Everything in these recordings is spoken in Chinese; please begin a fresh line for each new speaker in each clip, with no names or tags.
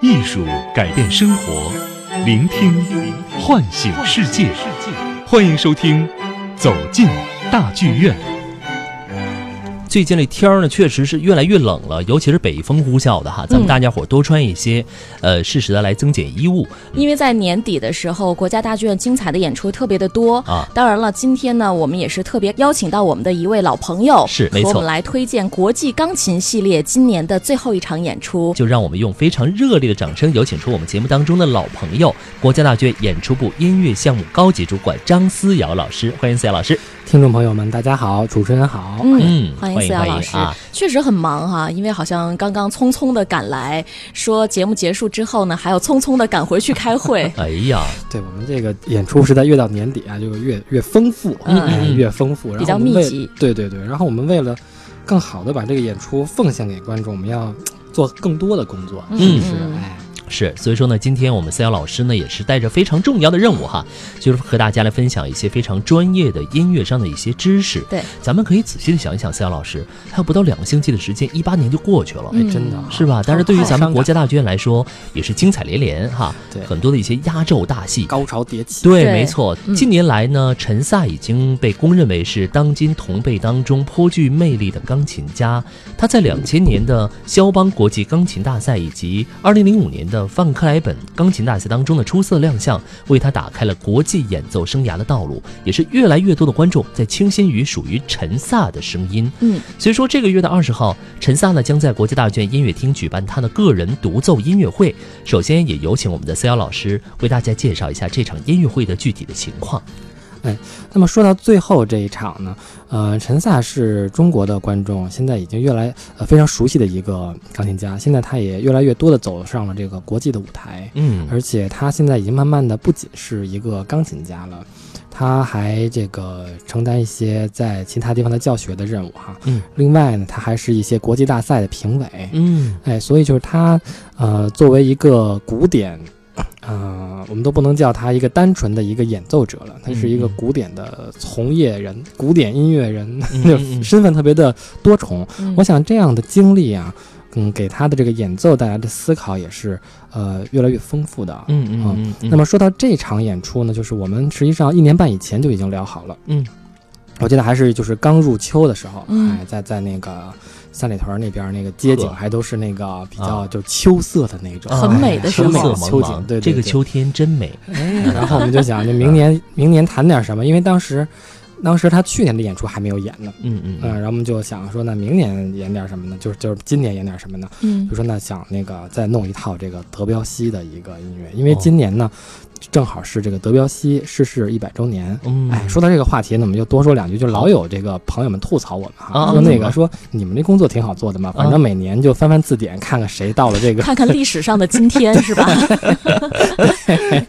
艺术改变生活，聆听唤醒世界。欢迎收听《走进大剧院》。
最近这天儿呢，确实是越来越冷了，尤其是北风呼啸的哈，咱们大家伙多穿一些，呃，适时的来增减衣物。
因为在年底的时候，国家大剧院精彩的演出特别的多
啊
当然了，今天呢，我们也是特别邀请到我们的一位老朋友，
是
和
没错
我们来推荐国际钢琴系列今年的最后一场演出。
就让我们用非常热烈的掌声，有请出我们节目当中的老朋友，国家大剧院演出部音乐项目高级主管张思瑶老师，欢迎思瑶老师。
听众朋友们，大家好，主持人好。
嗯
欢
欢迎
思瑶
欢迎
老师，
啊。
确实很忙哈、因为好像刚刚匆匆的赶来，说节目结束之后呢，还要匆匆的赶回去开会
哎呀，
对我们这个演出是在越到年底啊，就越越丰富，
嗯
哎越丰富，然后
比较
我们为
密集。
对对对，然后我们为了更好的把这个演出奉献给观众，我们要做更多的工作，是不是？
嗯
哎，
是，所以说呢，今天我们思瑶老师呢也是带着非常重要的任务哈，就是和大家来分享一些非常专业的音乐上的一些知识。
对，
咱们可以仔细的想一想，思瑶老师，还有不到两个星期的时间，一八年就过去了。
嗯
哎真的啊
是吧？但是对于咱们
伤感
国家大剧院来说，也是精彩连连哈，
对
很多的一些压轴大戏。
高潮迭起，
对，
对
没错。
嗯
近年来呢，陈萨已经被公认为是当今同辈当中颇具魅力的钢琴家。他在两千年的肖邦国际钢琴大赛以及二零零五年的范克莱本钢琴大赛当中的出色亮相，为他打开了国际演奏生涯的道路。也是越来越多的观众在倾心于属于陈萨的声音。
嗯，
所以说这个月的二十号，陈萨呢将在国际大剧院音乐厅举办他的个人独奏音乐会。首先也有请我们的思瑶老师为大家介绍一下这场音乐会的具体的情况。
那么说到最后这一场呢，呃，陈萨是中国的观众现在已经越来呃非常熟悉的一个钢琴家，现在他也越来越多的走上了这个国际的舞台，
嗯
而且他现在已经慢慢的不仅是一个钢琴家了，他还这个承担一些在其他地方的教学的任务哈。
嗯，
另外呢，他还是一些国际大赛的评委。
嗯
哎，所以就是他，呃，作为一个古典，呃，我们都不能叫他一个单纯的一个演奏者了，他是一个
嗯嗯
古典的从业人，古典音乐人，
嗯
就
嗯嗯
身份特别的多重。
嗯
我想这样的经历啊，嗯，给他的这个演奏带来的思考也是，呃，越来越丰富的。
嗯嗯嗯
那么说到这场演出呢，就是我们实际上一年半以前就已经聊好了。
嗯，
我记得还是就是刚入秋的时候，
嗯
哎，在在那个三里屯那边那个街景
呵
还都是那个比较
啊
就秋色的那种，
啊
很美的
时
时
候
春
候
色
的
茫
秋景
茫，
对对
这个
对
秋天真美。
然后我们就想，就明年明年谈点什么，因为当时当时他去年的演出还没有演呢，
嗯嗯
嗯，然后我们就想说，那明年演点什么呢？就是就是今年演点什么呢？
嗯
就说那想那个再弄一套这个德彪西的一个音乐，因
哦
为今年呢，正好是这个德彪西逝世一百周年。
嗯，
哎，说到这个话题呢，我们就多说两句，就老有这个朋友们吐槽我们哈，
啊
说那
怎么
个说你们这工作挺好做的嘛，反正每年就翻翻字典，看看谁到了这个，
看看历史上的今天是吧？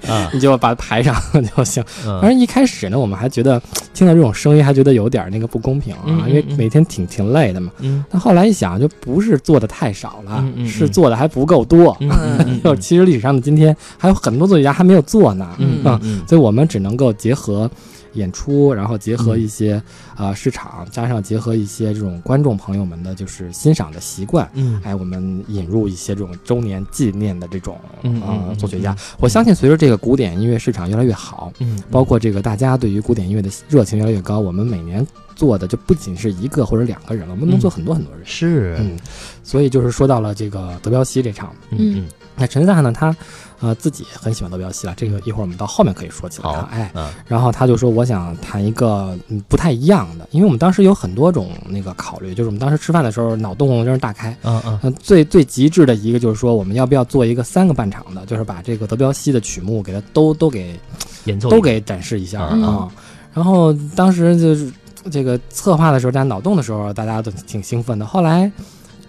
啊，
你就把它排上就行。
嗯
反正一开始呢，我们还觉得听到这种声音还觉得有点那个不公平
嗯
啊
嗯，
因为
嗯
每天挺挺累的嘛。
嗯
但后来一想，就不是做的太少了
嗯嗯，嗯
是做的还不够多。
嗯嗯
就其实历史上的今天还有很多作曲家还没有做呢，啊
嗯嗯嗯
所以我们只能够结合演出，然后结合一些
嗯
啊、呃市场，加上结合一些这种观众朋友们的就是欣赏的习惯。
嗯
哎，我们引入一些这种周年纪念的这种
嗯嗯
呃
嗯
作曲家，我相信随着这个古典音乐市场越来越好，
嗯，
包括这个大家对于古典音乐的热情越来越高，我们每年做的就不仅是一个或者两个人了，我们能
嗯
做很多很多人。
是
嗯，所以就是说到了这个德彪西这场，
嗯
那陈萨呢，他呃自己很喜欢德彪西了，这个一会儿我们到后面可以说起来
好
啊。哎，
嗯
然后他就说我想谈一个嗯不太一样的，因为我们当时有很多种那个考虑，就是我们当时吃饭的时候脑洞真是大开。
啊啊
嗯、最最极致的一个就是说，我们要不要做一个三个半场的，就是把这个德彪西的曲目给它都都给
演奏
都给展示一下啊、
嗯
然后当时就是这个策划的时候，大家脑洞的时候，大家都挺兴奋的。后来，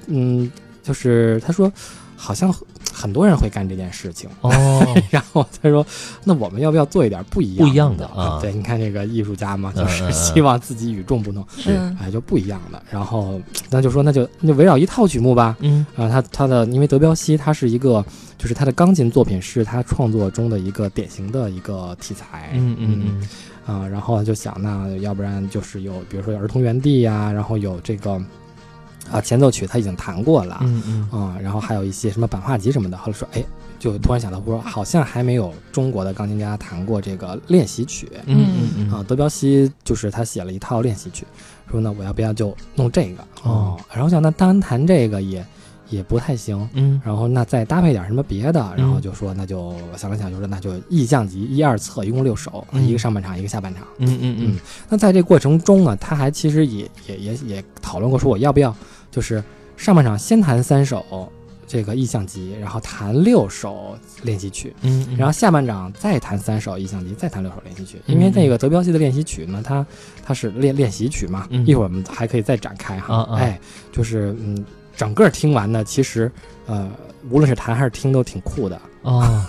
嗯，就是他说，好像很多人会干这件事情。
哦，
然后他说，那我们要不要做一点不一
不一样的
的
啊
对，你看这个艺术家嘛，
嗯
就是
嗯嗯
希望自己与众不同，
是
嗯
哎，就不一样的。然后那就说，那就那就围绕一套曲目吧。
嗯
啊、他他的因为德彪西他是一个，就是他的钢琴作品是他创作中的一个典型的一个题材，
嗯嗯
啊、然后就想那要不然就是有，比如说有儿童园地呀、然后有这个啊前奏曲他已经弹过了，
嗯嗯
啊、然后还有一些什么版画集什么的。后来说，哎，就突然想到，我说好像还没有中国的钢琴家弹过这个练习曲啊、
嗯嗯嗯
德彪西就是他写了一套练习曲，说那我要不要就弄这个？
哦
哦，然后想那单弹这个也也不太行，
嗯
然后那再搭配点什么别的，然后
嗯
就说那就想了想，就说那就意象集一二册，一共六首，
嗯
一个上半场，一个下半场。
嗯嗯
那在这过程中呢，他还其实也也也也讨论过，说我要不要就是上半场先弹三首这个意象集，然后弹六首练习曲，
嗯，
然后下半场再弹三首意象集，再弹六首练习曲。
嗯
因为那个德彪西的练习曲呢，它它是练练习曲嘛，
嗯
一会儿我们还可以再展开哈。
啊啊
哎，就是嗯，整个听完呢，其实呃，无论是弹还是听都挺酷的，
哦，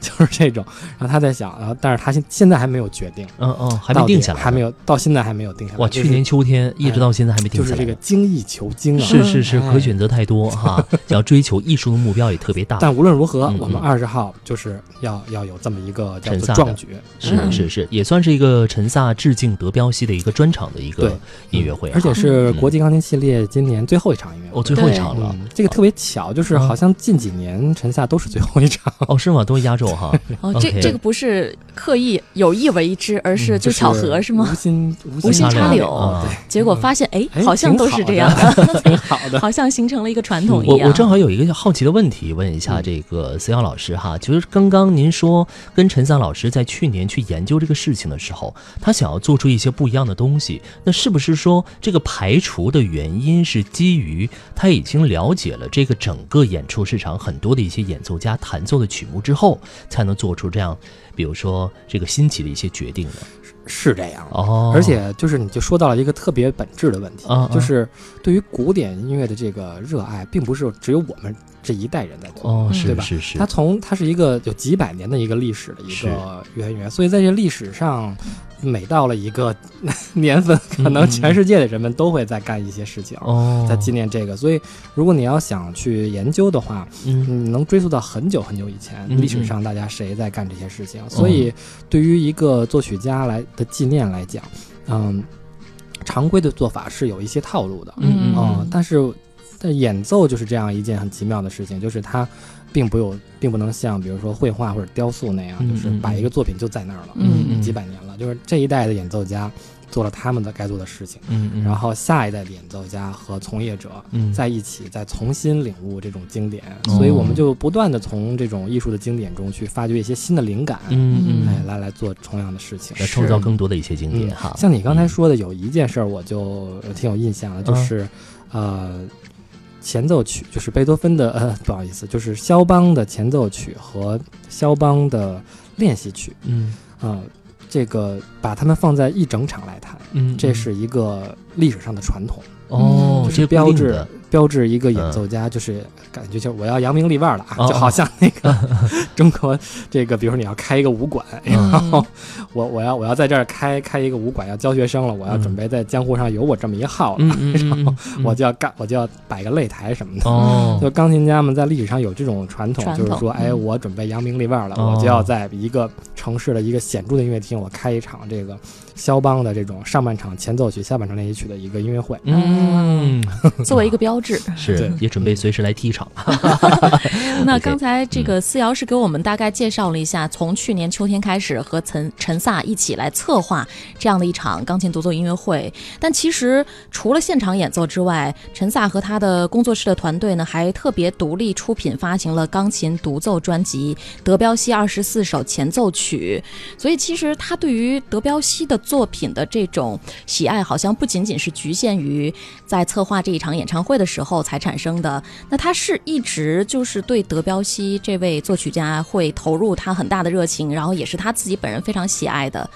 就是这种。然后他在想，然后但是他现现在还没有决定。
嗯嗯，还
到
没
底
定下来，
还没有到现在还没有定下来。
哇，
就
去
是
年秋天一直到现在还没定
就
下
是
来。
这个精益求精啊。
是是是，
哎
可选择太多哈，想要追求艺术的目标也特别大。
但无论如何
嗯，
我们
嗯
二十号就是要要有这么一个叫
沉
做
萨
壮
的
举，
是
嗯
是是，也算是一个陈萨致敬德彪西的一个专场的一个音乐会啊，
而且是国际钢琴系列今年最后一场音乐会。
哦，最后一
对
场了嗯
嗯，这个特别巧，就是好像近几年陈夏都是最后一场，
哦，是吗？都压轴哈，
哦，这
OK
这个不是刻意有意为之，而是
嗯
就巧合、是吗？
无心
无心
插
插柳
啊
对，
结果发现哎
哎，
好像都是这样
挺好的， 挺好的。
好像形成了一个传统一
我
样。
我正好有一个好奇的问题，问一下
嗯
这个思瑶老师哈，就是刚刚您说跟陈萨老师在去年去研究这个事情的时候，他想要做出一些不一样的东西，那是不是说这个排除的原因是基于他已经了解了这个整个演出市场很多的一些演奏家弹奏的曲目之后，才能做出这样，比如说这个新奇的一些决定呢？
是这样，
哦，
而且就是你就说到了一个特别本质的问题
啊啊，
就是对于古典音乐的这个热爱，并不是只有我们这一代人在做，
哦，
嗯
是
对吧
是是
它，从它是一个有几百年的一个历史的一
是
个渊源，所以在这历史上，每到了一个 年份，可
嗯
能
嗯
全世界的人们都会在干一些事情，
哦，
在纪念这个。所以，如果你要想去研究的话，
嗯
你能追溯到很久很久以前，
嗯
历史上大家谁在干这些事情。所以，对于一个作曲家来的纪念来讲，嗯，常规的做法是有一些套路的，
嗯嗯
嗯，但是但演奏就是这样一件很奇妙的事情，就是它并不有，并不能像比如说绘画或者雕塑那样，
嗯
就是
嗯
把
嗯
一个作品就在那儿了，
嗯
嗯
几百年了，就是这一代的演奏家做了他们的该做的事情，
嗯嗯，
然后下一代的演奏家和从业者。
嗯
在一起，再重新领悟这种经典，
哦
所以我们就不断的从这种艺术的经典中去发掘一些新的灵感，
嗯嗯
哎，来来做同样的事情，
来创造更多的一些经典
嗯
哈。
像你刚才
嗯，
说的，有一件事儿我就呃挺有印象的，就
嗯
是，呃，前奏曲，就是贝多芬的，呃，不好意思，就是肖邦的前奏曲和肖邦的练习曲，
嗯
啊，这个把它们放在一整场来弹，
嗯，
这是一个历史上的传统，
哦
嗯，
就
这
是标
固定
志
的
标志一个
嗯
演奏家，就是感觉就是我要扬名立万了啊，
哦
就好像那个 中国这个，比如说你要开一个武馆，
嗯
然后我我要我要在这儿开开一个武馆，要教学生了，我要
嗯
准备在江湖上有我这么一号了，
嗯嗯嗯嗯嗯，
我就要干，我就要摆个擂台什么的。
哦
就钢琴家们在历史上有这种传统，
传
就
统
是说，哎，
嗯
我准备扬名立万了，
哦
我就要在一个城市的一个显著的音乐厅，我开一场这个肖邦的这种上半场前奏曲、下半场练习曲的一个音乐会。
嗯，
作为一个标志。
是
对
也准备随时来踢场。
那
OK，
刚才这个思瑶是给我们大概介绍了一下，从去年秋天开始和陈陈萨一起来策划这样的一场钢琴独奏音乐会。但其实除了现场演奏之外，陈萨和他的工作室的团队呢，还特别独立出品发行了钢琴独奏专辑《德彪西二十四首前奏曲》。所以其实他对于德彪西的作品的这种喜爱，好像不仅仅是局限于在策划这一场演唱会的时候才产生的。那他是一直就是对德彪西这位作曲家会投入他很大的热情，然后也是他自己本人非常喜爱的，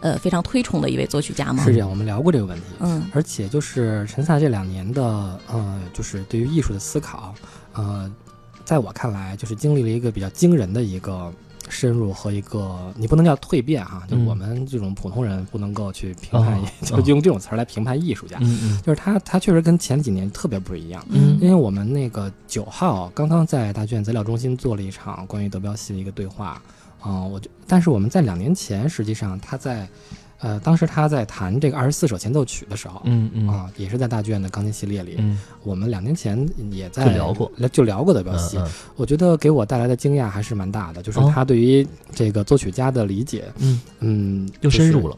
呃，非常推崇的一位作曲家吗？
是这样，我们聊过这个问题。
嗯
而且就是陈萨这两年的，呃，就是对于艺术的思考，呃，在我看来，就是经历了一个比较惊人的一个深入和一个，你不能叫蜕变哈，就
嗯
我们这种普通人不能够去评判，
哦
就用这种词儿来评判艺术家，
嗯嗯
就是他，他确实跟前几年特别不一样。因
嗯
为我们那个九号刚刚在大剧院资料中心做了一场呃关于德彪西的一个对话，嗯、我就但是我们在两年前，实际上他在，呃，当时他在弹这个二十四首前奏曲的时候，
嗯嗯
啊，也是在大剧院的钢琴系列里，
嗯，
我们两年前也在
就聊过，
就聊过的表
嗯
戏。
嗯
我觉得给我带来的惊讶还是蛮大的，就是
哦
他对于这个作曲家的理解，
嗯
嗯，
又深入，了，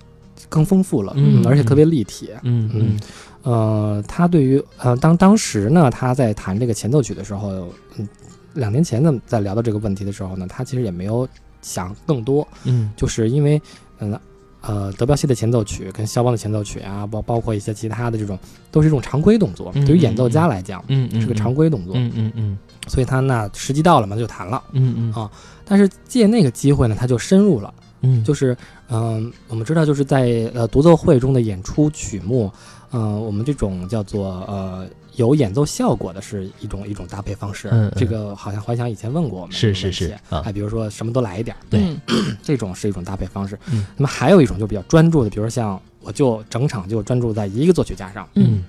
更丰富了，
嗯
而且特别立体。
嗯嗯
嗯，呃，他对于呃，当当时呢，他在弹这个前奏曲的时候，嗯，两年前呢，在聊到这个问题的时候呢，他其实也没有想更多，
嗯
就是因为，嗯，呃，德彪西的前奏曲跟肖邦的前奏曲啊，包包括一些其他的这种，都是一种常规动作，
嗯
对于演奏家来讲、
嗯嗯，
是个常
规，
规动作，
嗯嗯嗯
所以他那时机到了嘛，他就弹了。
嗯嗯
但是借那个机会呢，他就深入了，
嗯，
就是，嗯、我们知道，就是在呃独奏会中的演出曲目，嗯、我们这种叫做呃有演奏效果的是一种一种搭配方式。
嗯嗯
这个好像怀想以前问过我们这
是
个问
是
题，
是啊
哎，比如说什么都来一点儿，
对
嗯
这种是一种搭配方式。
嗯
那么还有一种就比较专注的，比如说像我就整场就专注在一个作曲家上，
嗯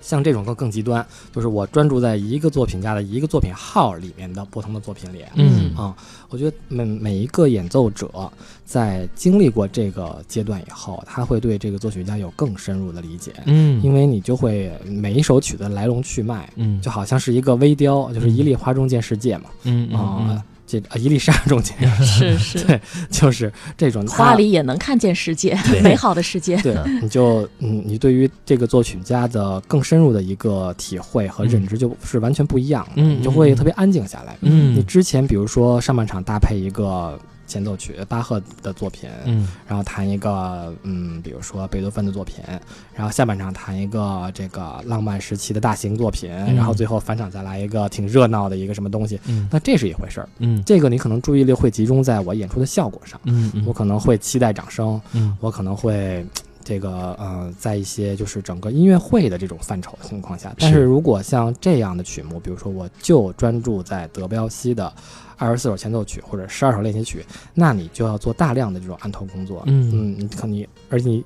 像这种更更极端，就是我专注在一个作品家的一个作品号里面的不同的作品里。
嗯
啊我觉得每每一个演奏者在经历过这个阶段以后，他会对这个作曲家有更深入的理解，
嗯，
因
为
为你就会每一首曲子来龙去脉，
嗯
就好像是一个微雕，就是一粒花中见世界嘛，
嗯嗯
啊，这啊一粒沙中见，
是 是，
就是这种
花
它
里也能看见世界
对，
美好的世界。
对，你就嗯，你对于这个作曲家的更深入的一个体会和认知就是完全不一样的，
嗯
你就
嗯
会特别安静下来。
嗯
你之前比如说上半场搭配一个前奏曲，巴赫的作品，
嗯
然后弹一个嗯，比如说贝多芬的作品，然后下半场弹一个这个浪漫时期的大型作品，然后最后返场再来一个挺热闹的一个什么东西，
嗯
那这是一回事儿。
嗯
这个你可能注意力会集中在我演出的效果上，
嗯
我可能会期待掌声，
嗯
我可能会这个呃，在一些就是整个音乐会的这种范畴情况下，但是如果像这样的曲目，比如说我就专注在德彪西的二十四首前奏曲或者十二首练习曲，那你就要做大量的这种案头工作，
嗯
你可你而且你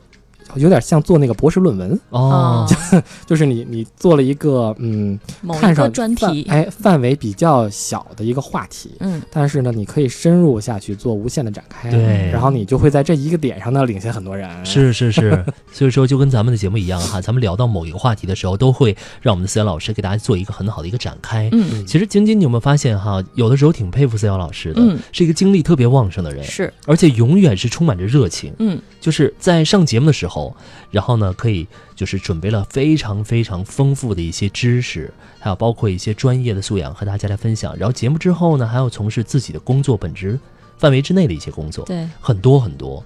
有点像做那个博士论文，
哦
啊，
就是你你做了一个嗯，
某
看
一个
上
专
范
题，
哎范围比较小的一个话题，
嗯，
但是呢，你可以深入下去做无限的展开，
对
然后你就会在这一个点上呢领先很多人，
是是是， 所以说就跟咱们的节目一样哈，咱们聊到某一个话题的时候，都会让我们的思瑶老师给大家做一个很好的一个展开。
嗯
其实晶晶，你有没有发现哈，有的时候挺佩服思瑶老师的，
嗯
是一个精力特别旺盛的人，
是，
而且永远是充满着热情。
嗯
就是在上节目的时候，然后呢，可以就是准备了非常非常丰富的一些知识，还有包括一些专业的素养和大家来分享。然后节目之后呢，还要从事自己的工作本职范围之内的一些工作，
对，
很多很多，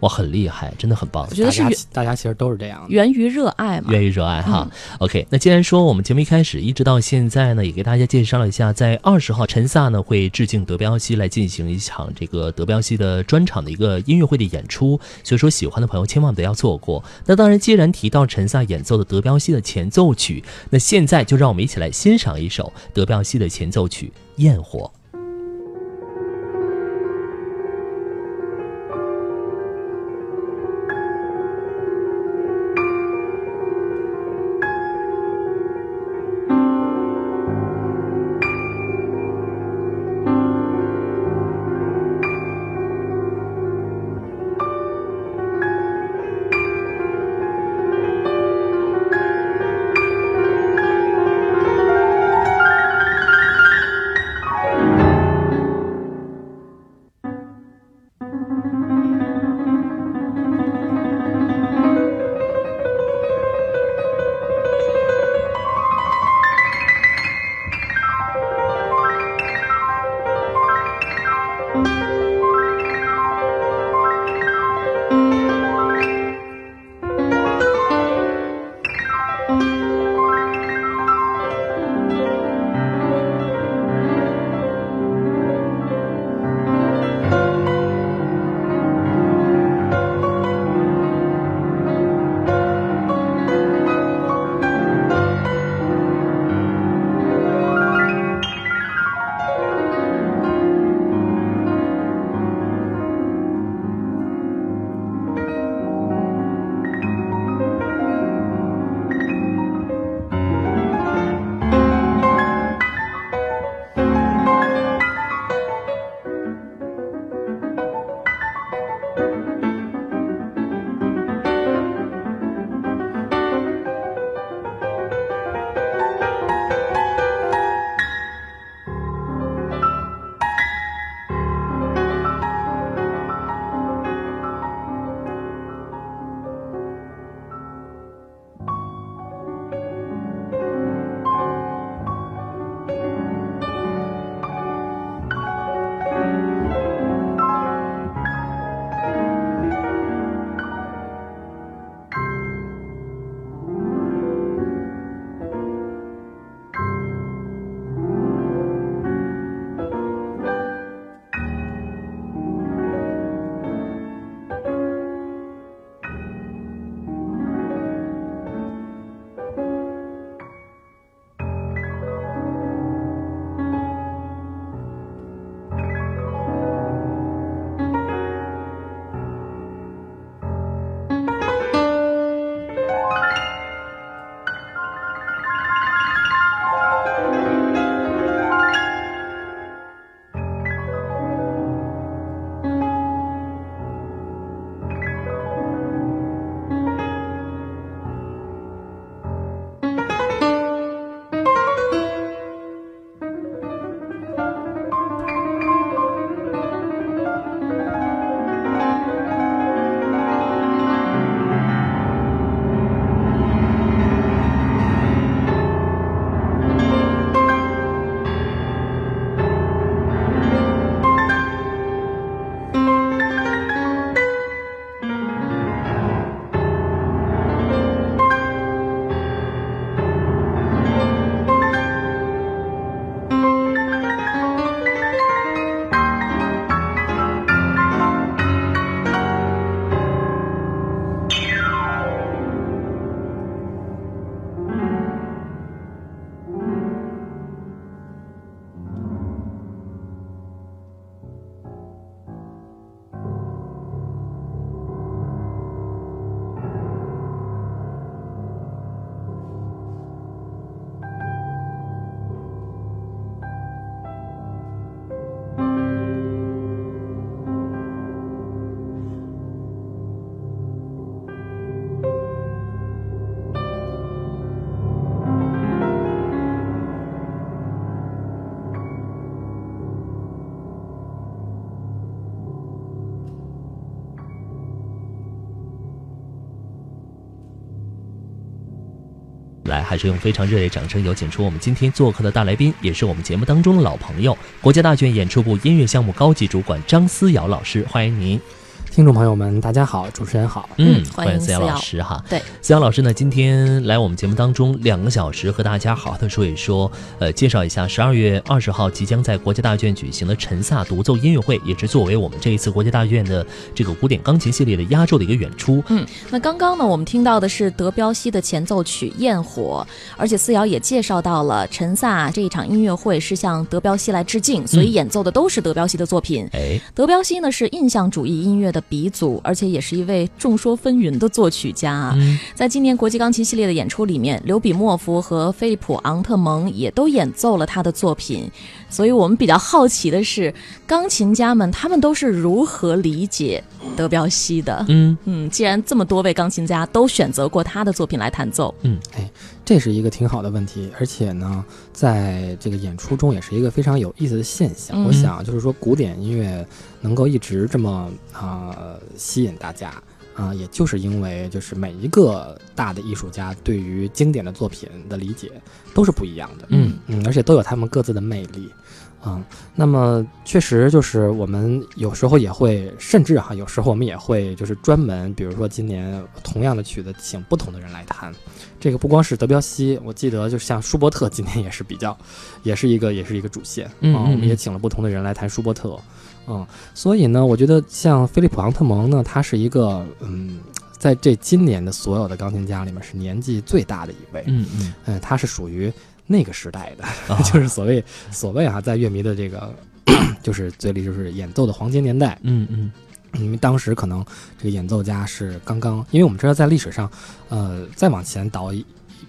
哇，很厉害，真的很棒
我。觉得是
大家
源
其大家其实都是这样的。
源于热爱嘛。
愿意热爱哈、o k 那既然说我们节目一开始一直到现在呢，也给大家介绍了一下，在二十号陈萨呢会致敬德彪西来进行一场这个德彪西的专场的一个音乐会的演出，所以说喜欢的朋友千万不要错过。那当然，既然提到陈萨演奏的德彪西的前奏曲，那现在就让我们一起来欣赏一首德彪西的前奏曲《焰火》。来，还是用非常热烈掌声有请出我们今天做客的大来宾，也是我们节目当中的老朋友，国家大剧院演出部音乐项目高级主管张思瑶老师，欢迎您。
听众朋友们，大家好，主持人好。
嗯
欢
欢
迎
迎
思
思
瑶老
瑶
师哈。
对，
思瑶老师呢，今天来我们节目当中两个小时，和大家好好的说一说，呃，介绍一下十二月二十号即将在国家大剧院举行的陈萨独奏音乐会，也是作为我们这一次国家大剧院的这个古典钢琴系列的压轴的一个演出。
那刚刚呢，我们听到的是德彪西的前奏曲《焰火》，而且思瑶也介绍到了陈萨这一场音乐会是向德彪西来致敬，所以演奏的都是德彪西的作品。
哎，
德彪西呢是印象主义音乐的鼻祖，而且也是一位众说纷纭的作曲家啊。
嗯
在今年国际钢琴系列的演出里面，刘比莫夫和菲利普·昂特蒙也都演奏了他的作品。所以我们比较好奇的是，钢琴家们他们都是如何理解德彪西的？
嗯。
嗯，既然这么多位钢琴家都选择过他的作品来弹奏，
这是一个挺好的问题，而且呢，在这个演出中也是一个非常有意思的现象。
嗯
我想就是说，古典音乐能够一直这么啊、呃吸引大家啊、也就是因为就是每一个大的艺术家对于经典的作品的理解都是不一样的，
嗯
嗯，而且都有他们各自的魅力。嗯，那么确实就是我们有时候也会，甚至啊哈，有时候我们也会就是专门，比如说今年同样的曲子，请不同的人来弹。这个不光是德彪西，我记得就像舒伯特今年也是比较，也是一个也是一个主线，
嗯
啊
嗯
我们
嗯
也请了不同的人来谈舒伯特，嗯，所以呢，我觉得像菲利普·昂特蒙呢，他是一个嗯，在这今年的所有的钢琴家里面是年纪最大的一位，
嗯嗯，
嗯，他是属于那个时代的，
啊
就是所谓所谓啊，在乐迷的这个就是嘴里就是演奏的黄金年代，
嗯嗯
因为当时可能这个演奏家是刚刚，因为我们知道在历史上，呃，再往前倒一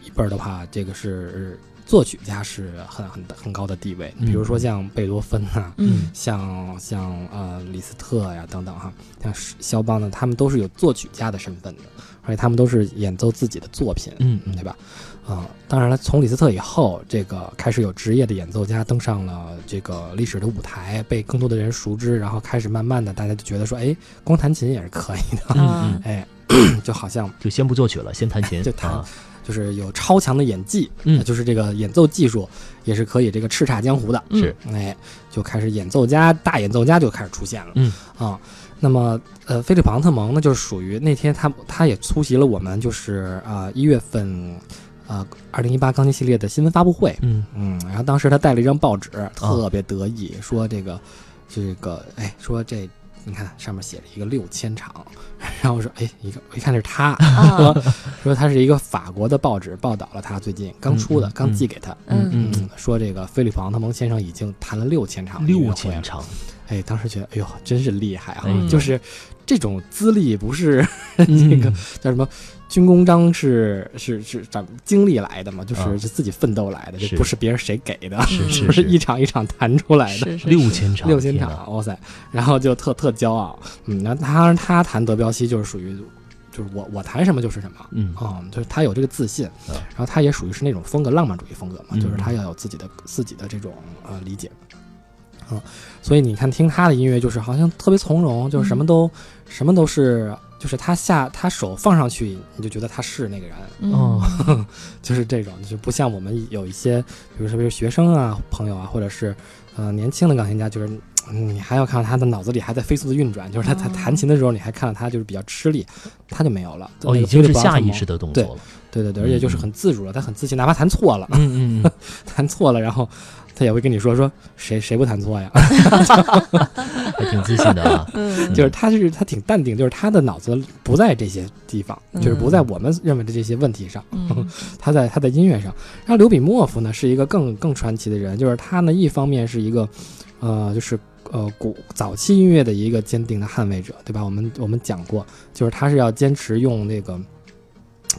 一辈儿的话，这个是作曲家是很很很高的地位，
嗯
比如说像贝多芬呐、
嗯
像像呃李斯特呀等等哈，像肖邦呢，他们都是有作曲家的身份的，而且他们都是演奏自己的作品，
嗯
对吧？啊、当然了，从李斯特以后，这个开始有职业的演奏家登上了这个历史的舞台，被更多的人熟知，然后开始慢慢的，大家就觉得说，哎，光弹琴也是可以的，
嗯
啊
嗯，
哎，就好像
就先不作曲了，先弹琴，
就弹
啊
就是有超强的演技，呃
嗯
就是这个演奏技术也是可以这个叱咤江湖的，
嗯是
哎，就开始演奏家大演奏家就开始出现了，
嗯
啊，那么呃，菲利普昂特蒙呢，就是属于那天他他也出席了我们就是啊一、月份啊二零一八钢琴系列的新闻发布会，
嗯
嗯，然后当时他带了一张报纸，特别得意，说这个这个哎说这。你看上面写了一个六千场， 然后我说，哎，一个我一看是他，
嗯
啊，
说说他是一个法国的报纸报道了他最近刚出的，
嗯嗯
刚寄给他。
嗯
嗯
嗯，
说这个菲利普·昂特蒙先生已经弹了六千场音乐
六
会
千
了，
场，
哎，当时觉得，哎呦，真是厉害啊！
哎
就是这种资历，不是 那
嗯
个叫什么军功章是是是咱们经历来的嘛，就是
啊
是自己奋斗来的，
是
这不是别人谁给的，
是是
不是一场一场弹出来
是
的。
是
六千场，
六千
天
场
哪，，
哇塞！然后就特特骄傲，嗯，然后他他弹德彪西就是属于，就是我我弹什么就是什么，
嗯
嗯，就是他有这个自信，
嗯
然后他也属于是那种风格浪漫主义风格嘛，
嗯
就是他要有自己的自己的这种呃理解，嗯，所以你看听他的音乐就是好像特别从容，就是什么都、什么都是，就是他下他手放上去，你就觉得他是那个人，
嗯
哦
就是这种，就是不像我们有一些，比如说比如学生啊朋友啊，或者是呃年轻的钢琴家，就是。嗯你还要看到他的脑子里还在飞速的运转，就是他他
哦
弹琴的时候，你还看到他就是比较吃力，他就没有了。
哦，
那个
已经是
菲利普奥
下
特蒙
意识的动作了，
对对对，而且就是很自主了，他很自信，哪怕弹错了，
嗯嗯嗯，
弹错了，然后他也会跟你说说谁谁不弹错
嗯
呀，
还挺自信的啊，
嗯
就是他就是他挺淡定，就是他的脑子不在这些地方，
嗯
就是不在我们认为的这些问题上，
嗯
他在他在音乐上。然后刘比莫夫呢是一个更更传奇的人，就是他呢一方面是一个，呃，就是。呃，古早期音乐的一个坚定的捍卫者，对吧？我们我们讲过，就是他是要坚持用那个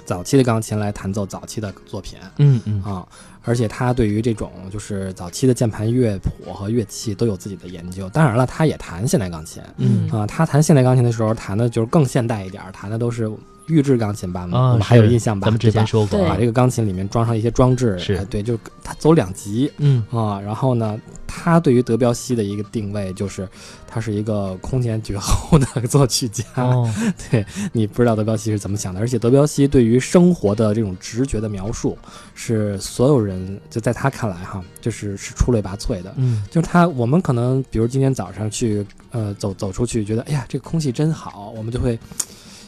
早期的钢琴来弹奏早期的作品，
嗯嗯
啊，而且他对于这种就是早期的键盘乐谱和乐器都有自己的研究。当然了，他也弹现代钢琴
嗯
啊，他弹现代钢琴的时候弹的就是更现代一点儿，弹的都是预制钢琴吧嘛，
啊，
我们还有
是
印象吧？
咱们之
对吧
前说过啊
把，这个钢琴里面装上一些装置，
是
哎对，就它走两级
嗯
啊、然后呢，它对于德彪西的一个定位就是，他是一个空前绝后的作曲家。
哦
对 你不知道德彪西是怎么想的，而且德彪西对于生活的这种直觉的描述，是所有人就在他看来哈，就是是出类拔萃的。
嗯
就是他，我们可能比如今天早上去，呃，走走出去，觉得哎呀，这个空气真好，我们就会嘖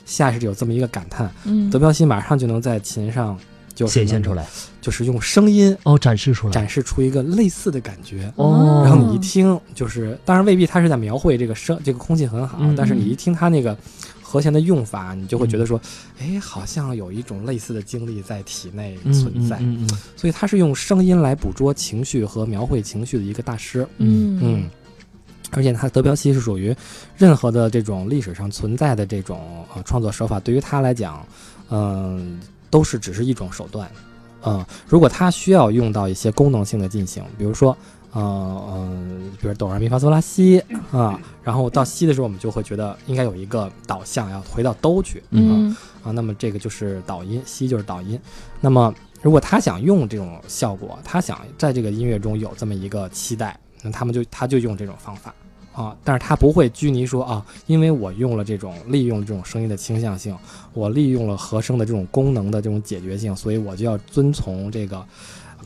下意识地有这么一个感叹。
嗯
德，彪西马上就能在琴上就是
显现出
来，
来
就是用声音
哦，展示出来
展示出一个类似的感觉。
哦，
然后你一听，就是当然未必他是在描绘这个声，这个空气很好，
嗯
但是你一听他那个和弦的用法，你就会觉得说，哎，好像有一种类似的经历在体内
嗯
存在。
嗯嗯嗯
所以他是用声音来捕捉情绪和描绘情绪的一个大师。
嗯
嗯，而且他德彪西是属于任何的这种历史上存在的这种呃创作手法，对于他来讲，嗯、都是只是一种手段。嗯、如果他需要用到一些功能性的进行，比如说，呃呃，比如哆来咪发嗦拉西啊、然后到西的时候，我们就会觉得应该有一个导向，要回到哆去。啊
嗯
啊，那么这个就是导音，西就是导音。那么如果他想用这种效果，他想在这个音乐中有这么一个期待，那他们就他就用这种方法啊，但是他不会拘泥说啊，因为我用了这种利用这种声音的倾向性，我利用了和声的这种功能的这种解决性，所以我就要遵从这个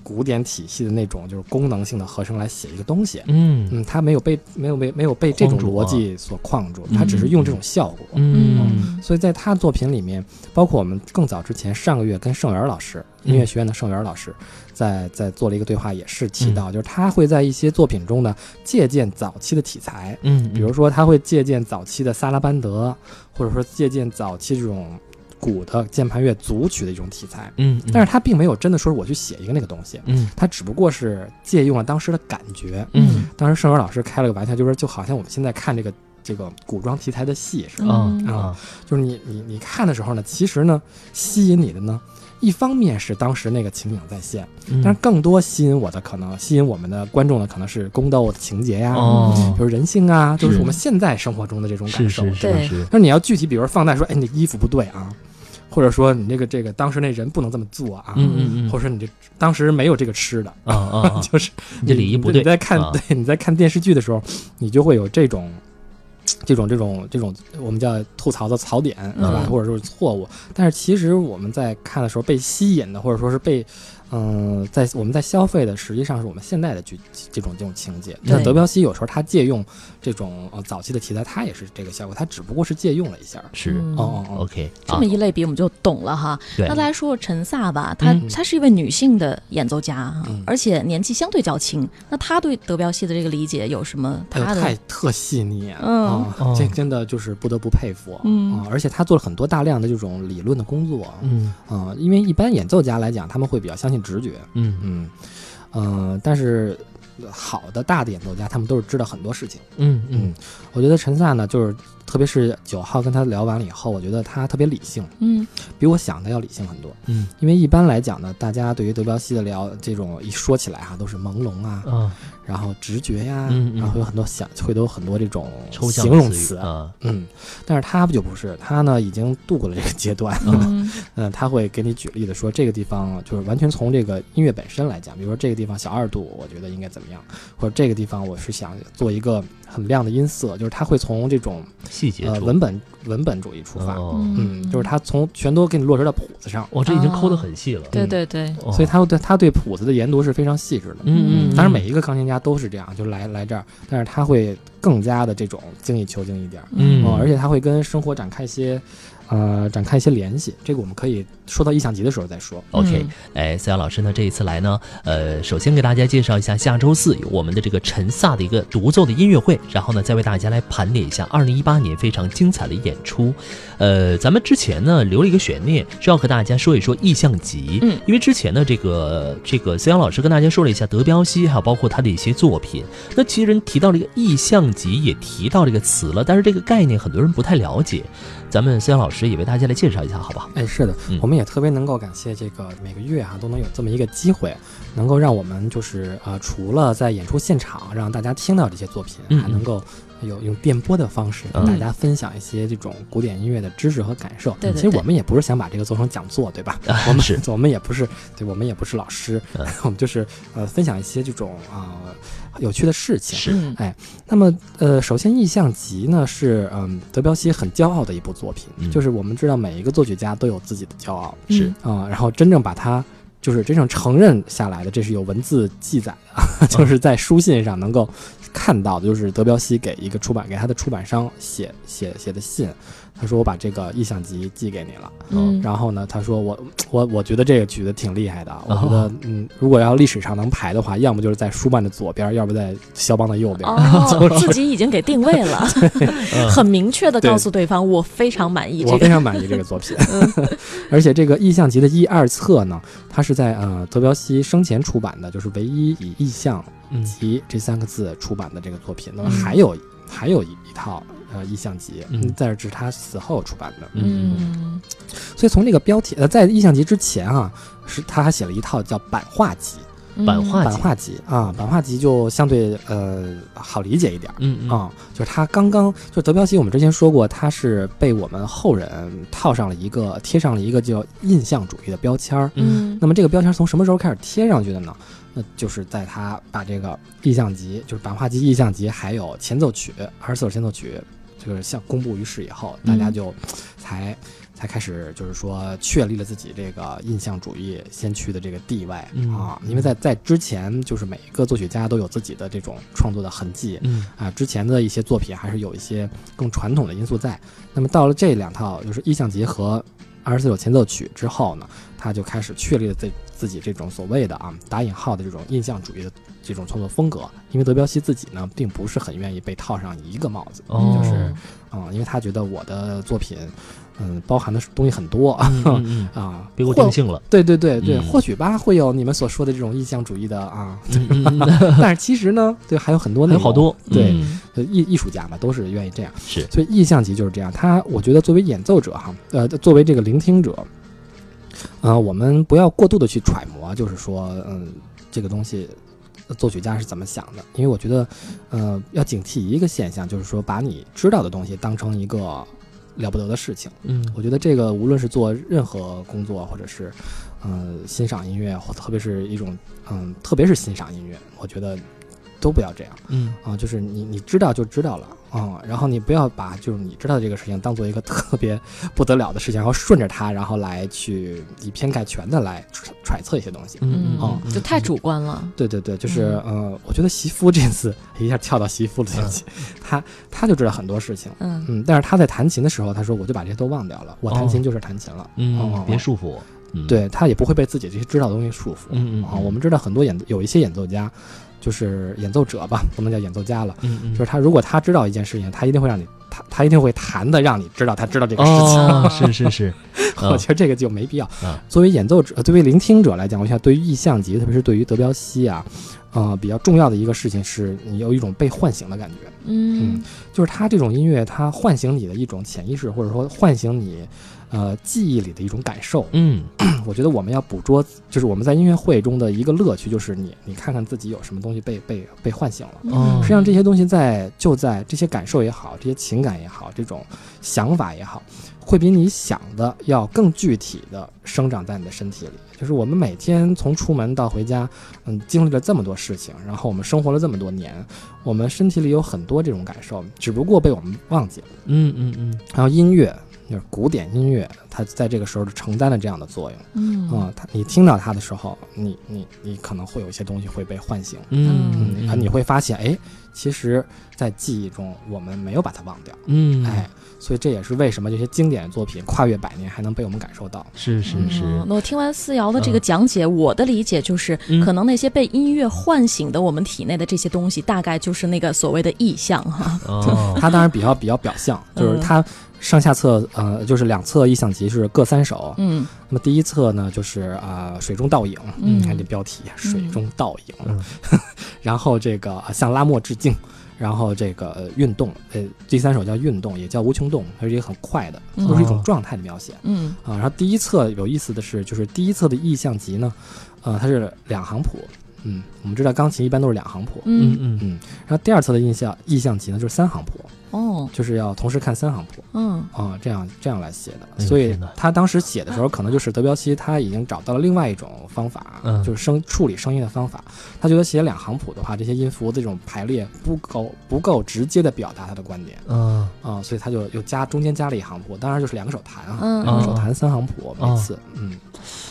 古典体系的那种就是功能性的和声来写一个东西。
嗯
嗯，他没有被没有被没有被这种
框住啊
逻辑所框住，他只是用这种效果。
嗯
嗯
所以在他作品里面，包括我们更早之前上个月跟盛元老师，音乐学院的盛元老师，在在做了一个对话，也是提到，就是他会在一些作品中呢借鉴早期的题材，
嗯，
比如说他会借鉴早期的萨拉班德，或者说借鉴早期这种古的键盘乐组曲的一种题材，
嗯，
但是他并没有真的说是我去写一个那个东西，
嗯
他只不过是借用了当时的感觉。
嗯
当时盛元老师开了个玩笑，就是就好像我们现在看这个这个古装题材的戏似的。
啊
嗯
啊
就是你你你看的时候呢，其实呢，吸引你的呢，一方面是当时那个情景再现，
嗯，
但是更多吸引我的可能，吸引我们的观众的可能是宫斗的情节呀，
哦
比，如人性啊，就是
是
我们现在生活中的这种感
是
受。
是是
对
是，
但是你要具体，比如放大说，哎，你衣服不对啊，或者说你这个这个当时那人不能这么做啊，
嗯嗯嗯
或者说你这当时没有这个吃的，
啊啊，啊
就是
你这礼仪不对，
你在看、
啊
对你在看电视剧的时候，你就会有这种。这种这种这种，我们叫吐槽的槽点，对吧？
嗯
或者说是错误，但是其实我们在看的时候被吸引的，或者说是被，嗯、在我们在消费的，实际上是我们现在的剧这种这种情节。
对
那德彪西有时候他借用这种呃早期的题材，他也是这个效果，他只不过是借用了一下儿。
是
嗯
哦哦哦，
OK
这
啊
么，一类比我们就懂了哈。
对
那，再来说说陈萨吧，她
嗯
她是一位女性的演奏家啊
嗯，
而且年纪相对较轻。那她对德彪西的这个理解有什么
哎呦
她
太
的？
特细腻啊！
嗯
啊这
哦
真的就是不得不佩服。
嗯
啊而且他做了很多大量的这种理论的工作。
嗯
嗯，因为一般演奏家来讲，他们会比较相信直觉，
嗯
嗯，呃，但是呃好的大的演奏家，他们都是知道很多事情。
嗯嗯
我觉得陈萨呢，就是特别是九号跟他聊完了以后，我觉得他特别理性，
嗯
比我想的要理性很多。
嗯
因为一般来讲呢，大家对于德彪西的聊这种一说起来哈、都是朦胧啊，
啊，
然后直觉呀、
嗯嗯
然后有很多想，会有很多这种
抽象
形容
词
词
语。啊，
嗯，但是他就不是，他呢已经度过了这个阶段。
嗯
嗯，他会给你举例的说，这个地方就是完全从这个音乐本身来讲，比如说这个地方小二度，我觉得应该怎么样，或者这个地方我是想做一个很亮的音色，就是他会从这种
细节
呃
处
文本文本主义出发，
哦，
嗯，就是他从全都给你落实到谱子上，
我这已经抠得很细了，
对对对，
哦，
啊所以他对他对谱子的研读是非常细致的。
嗯嗯，
当然，每一个钢琴家都是这样，就来来这儿，但是他会更加的这种精益求精一点儿，
嗯
嗯，而且他会跟生活展开一些，呃，展开一些联系。这个我们可以说到意象集的时候再说。
OK，
嗯
哎，思瑶老师呢这一次来呢，呃，首先给大家介绍一下下周四有我们的这个陈萨的一个独奏的音乐会，然后呢再为大家来盘点一下二零一八年非常精彩的演出。呃，咱们之前呢留了一个悬念，是要和大家说一说意象集，
嗯
因为之前呢这个这个思瑶老师跟大家说了一下德彪西，还有包括他的一些作品。那其实人提到这个意象集，也提到这个词了，但是这个概念很多人不太了解，咱们思瑶老师也为大家来介绍一下，好不好？
哎，是的，
嗯
我们也特别能够感谢这个每个月啊都能有这么一个机会，能够让我们就是呃除了在演出现场让大家听到这些作品，
嗯
还能够有用电波的方式跟
嗯
大家分享一些这种古典音乐的知识和感受。
对对
其实
对
我们也不是想把这个做成讲座，对吧？我 们
是
我们也不是，对我们也不是老师，
嗯
我们就是呃分享一些这种啊、呃有趣的事情。
是
嗯
那么，呃，首先《意象集》呢是嗯德彪西很骄傲的一部作品，
嗯
就是我们知道每一个作曲家都有自己的骄傲
是
啊、然后真正把它就是真正承认下来的，这是有文字记载的， 就是在书信上能够看到的，就是德彪西给一个出版给他的出版商写写写的信，他说我把这个《意象集》寄给你了。
哦
嗯，
然后呢，他说我我我觉得这个举得挺厉害的啊，我觉
哦
得嗯，如果要历史上能排的话，要么就是在舒曼的左边，要不在肖邦的右边。
哦， 自己已经给定位了，
嗯
很明确的
对
告诉对方，我非常满意
我
这
非
个。
常满意这个作品， 而且这个意象集的一二册呢，它是在呃德彪西生前出版的，就是唯一以意象
嗯
集这三个字出版的这个作品。那么
嗯
还有、还有一一套呃意象集，
嗯
在这是他死后出版的。
嗯
嗯
所以从这个标题呃，在意象集之前啊，是他还写了一套叫版画集，
嗯
版画
版画集啊，版画集就相对呃好理解一点儿。
嗯
啊、就是他刚刚就是德彪西，我们之前说过，他是被我们后人套上了一个贴上了一个叫印象主义的标签儿。
嗯
那么这个标签儿从什么时候开始贴上去的呢？那就是在他把这个意象集，就是版画集、意象集，还有前奏曲二十四首前奏曲，就是像公布于世以后，大家
嗯
就才、才开始就是说确立了自己这个印象主义先驱的这个地位、
嗯
啊，因为在在之前就是每一个作曲家都有自己的这种创作的痕迹，
嗯
啊，之前的一些作品还是有一些更传统的因素在。那么到了这两套就是意象集和二十四首前奏曲之后呢，他就开始确立了自自己这种所谓的啊打引号的这种印象主义的这种创作风格。因为德彪西自己呢，并不是很愿意被套上一个帽子，
哦
就是
嗯
啊、因为他觉得我的作品，嗯，包含的东西很多 啊。
嗯嗯，嗯
啊，
别给我
或
定性了，
对对对对，
嗯
或许吧，会有你们所说的这种意象主义的啊，
嗯嗯嗯
但是其实呢，对，还有很多
还有
内
好
容
多
对
嗯
呃艺艺术家嘛，都是愿意这样。
是
所以意象集就是这样。他我觉得作为演奏者哈，呃，作为这个聆听者，呃，我们不要过度的去揣摩，就是说，嗯，这个东西。呃作曲家是怎么想的？因为我觉得，呃，要警惕一个现象，就是说把你知道的东西当成一个了不得的事情。
嗯
我觉得这个无论是做任何工作，或者是，呃，欣赏音乐，或特别是一种，嗯，特别是欣赏音乐，我觉得都不要这样。
嗯
啊、就是你你知道就知道了啊、然后你不要把就是你知道这个事情当做一个特别不得了的事情，然后顺着它，然后来去以偏概全的来揣揣测一些东西。
嗯
哦
嗯
就太主观了。
对对对，就是呃，我觉得席夫这次一下跳到席夫的东西，
嗯
他他就知道很多事情，
嗯
嗯，但是他在弹琴的时候，他说我就把这些都忘掉了，我弹
哦
琴就是弹琴了，
嗯
哦
别束缚我嗯
对他也不会被自己这些知道的东西束缚。
嗯嗯
啊、
嗯
我们知道很多演有一些演奏家，就是演奏者吧，不能叫演奏家了，
嗯嗯
就是他如果他知道一件事情，他一定会让你他他一定会谈的让你知道他知道这个事情。
哦是是是啊
我觉得这个就没必要。
啊
作为演奏者、呃作为聆听者来讲，我想对于意象集，特别是对于德彪西啊，呃，比较重要的一个事情是你有一种被唤醒的感觉，
嗯
就是他这种音乐，它唤醒你的一种潜意识，或者说唤醒你。呃，记忆里的一种感受，
嗯
我觉得我们要捕捉，就是我们在音乐会中的一个乐趣，就是你，你看看自己有什么东西被被被唤醒了。
嗯
哦
实际上，这些东西在就在这些感受也好，这些情感也好，这种想法也好，呃会比你想的要更具体的生长在你的身体里。就是我们每天从出门到回家，嗯，经历了这么多事情，然后我们生活了这么多年，我们身体里有很多这种感受，只不过被我们忘记了。
嗯嗯嗯
还有音乐，就是古典音乐，它在这个时候承担了这样的作用。
嗯
啊、它你听到它的时候，你你你可能会有一些东西会被唤醒。
嗯
嗯，啊，你会发现，哎，其实，在记忆中我们没有把它忘掉，
嗯
哎，所以这也是为什么这些经典作品跨越百年还能被我们感受到。
是是是
嗯那我听完思瑶的这个讲解，我的理解就是，
嗯
可能那些被音乐唤醒的我们体内的这些东西，大概就是那个所谓的意象哈。
哦
它当然比较比较表象，就是
嗯
它上下册，呃，就是两册意象集是各三首，
嗯
那么第一册呢就是啊、水中倒影，
嗯
你看这标题，啊水中倒影，
嗯
然后这个呃向拉莫致敬。然后这个呃运动，呃，第三首叫运动，也叫无穷动，它是一个很快的，
嗯
都是一种状态的描写。
嗯
啊，然后第一册有意思的是，就是第一册的意象集呢，呃，它是两行谱，嗯，我们知道钢琴一般都是两行谱，
嗯
嗯，
嗯，
然后第二册的印象意象集呢就是三行谱，
哦，
就是要同时看三行谱
嗯，
啊、这样这样来写的。
哎呦
所以
天哪
他当时写的时候，可能就是德彪西他已经找到了另外一种方法，
嗯
就是声处理声音的方法。他觉得写两行谱的话，这些音符的这种排列不够不够直接的表达他的观点
啊，
啊、所以他就又加中间加了一行谱，当然就是两个手弹啊，
嗯
两个手弹三行谱每次，嗯，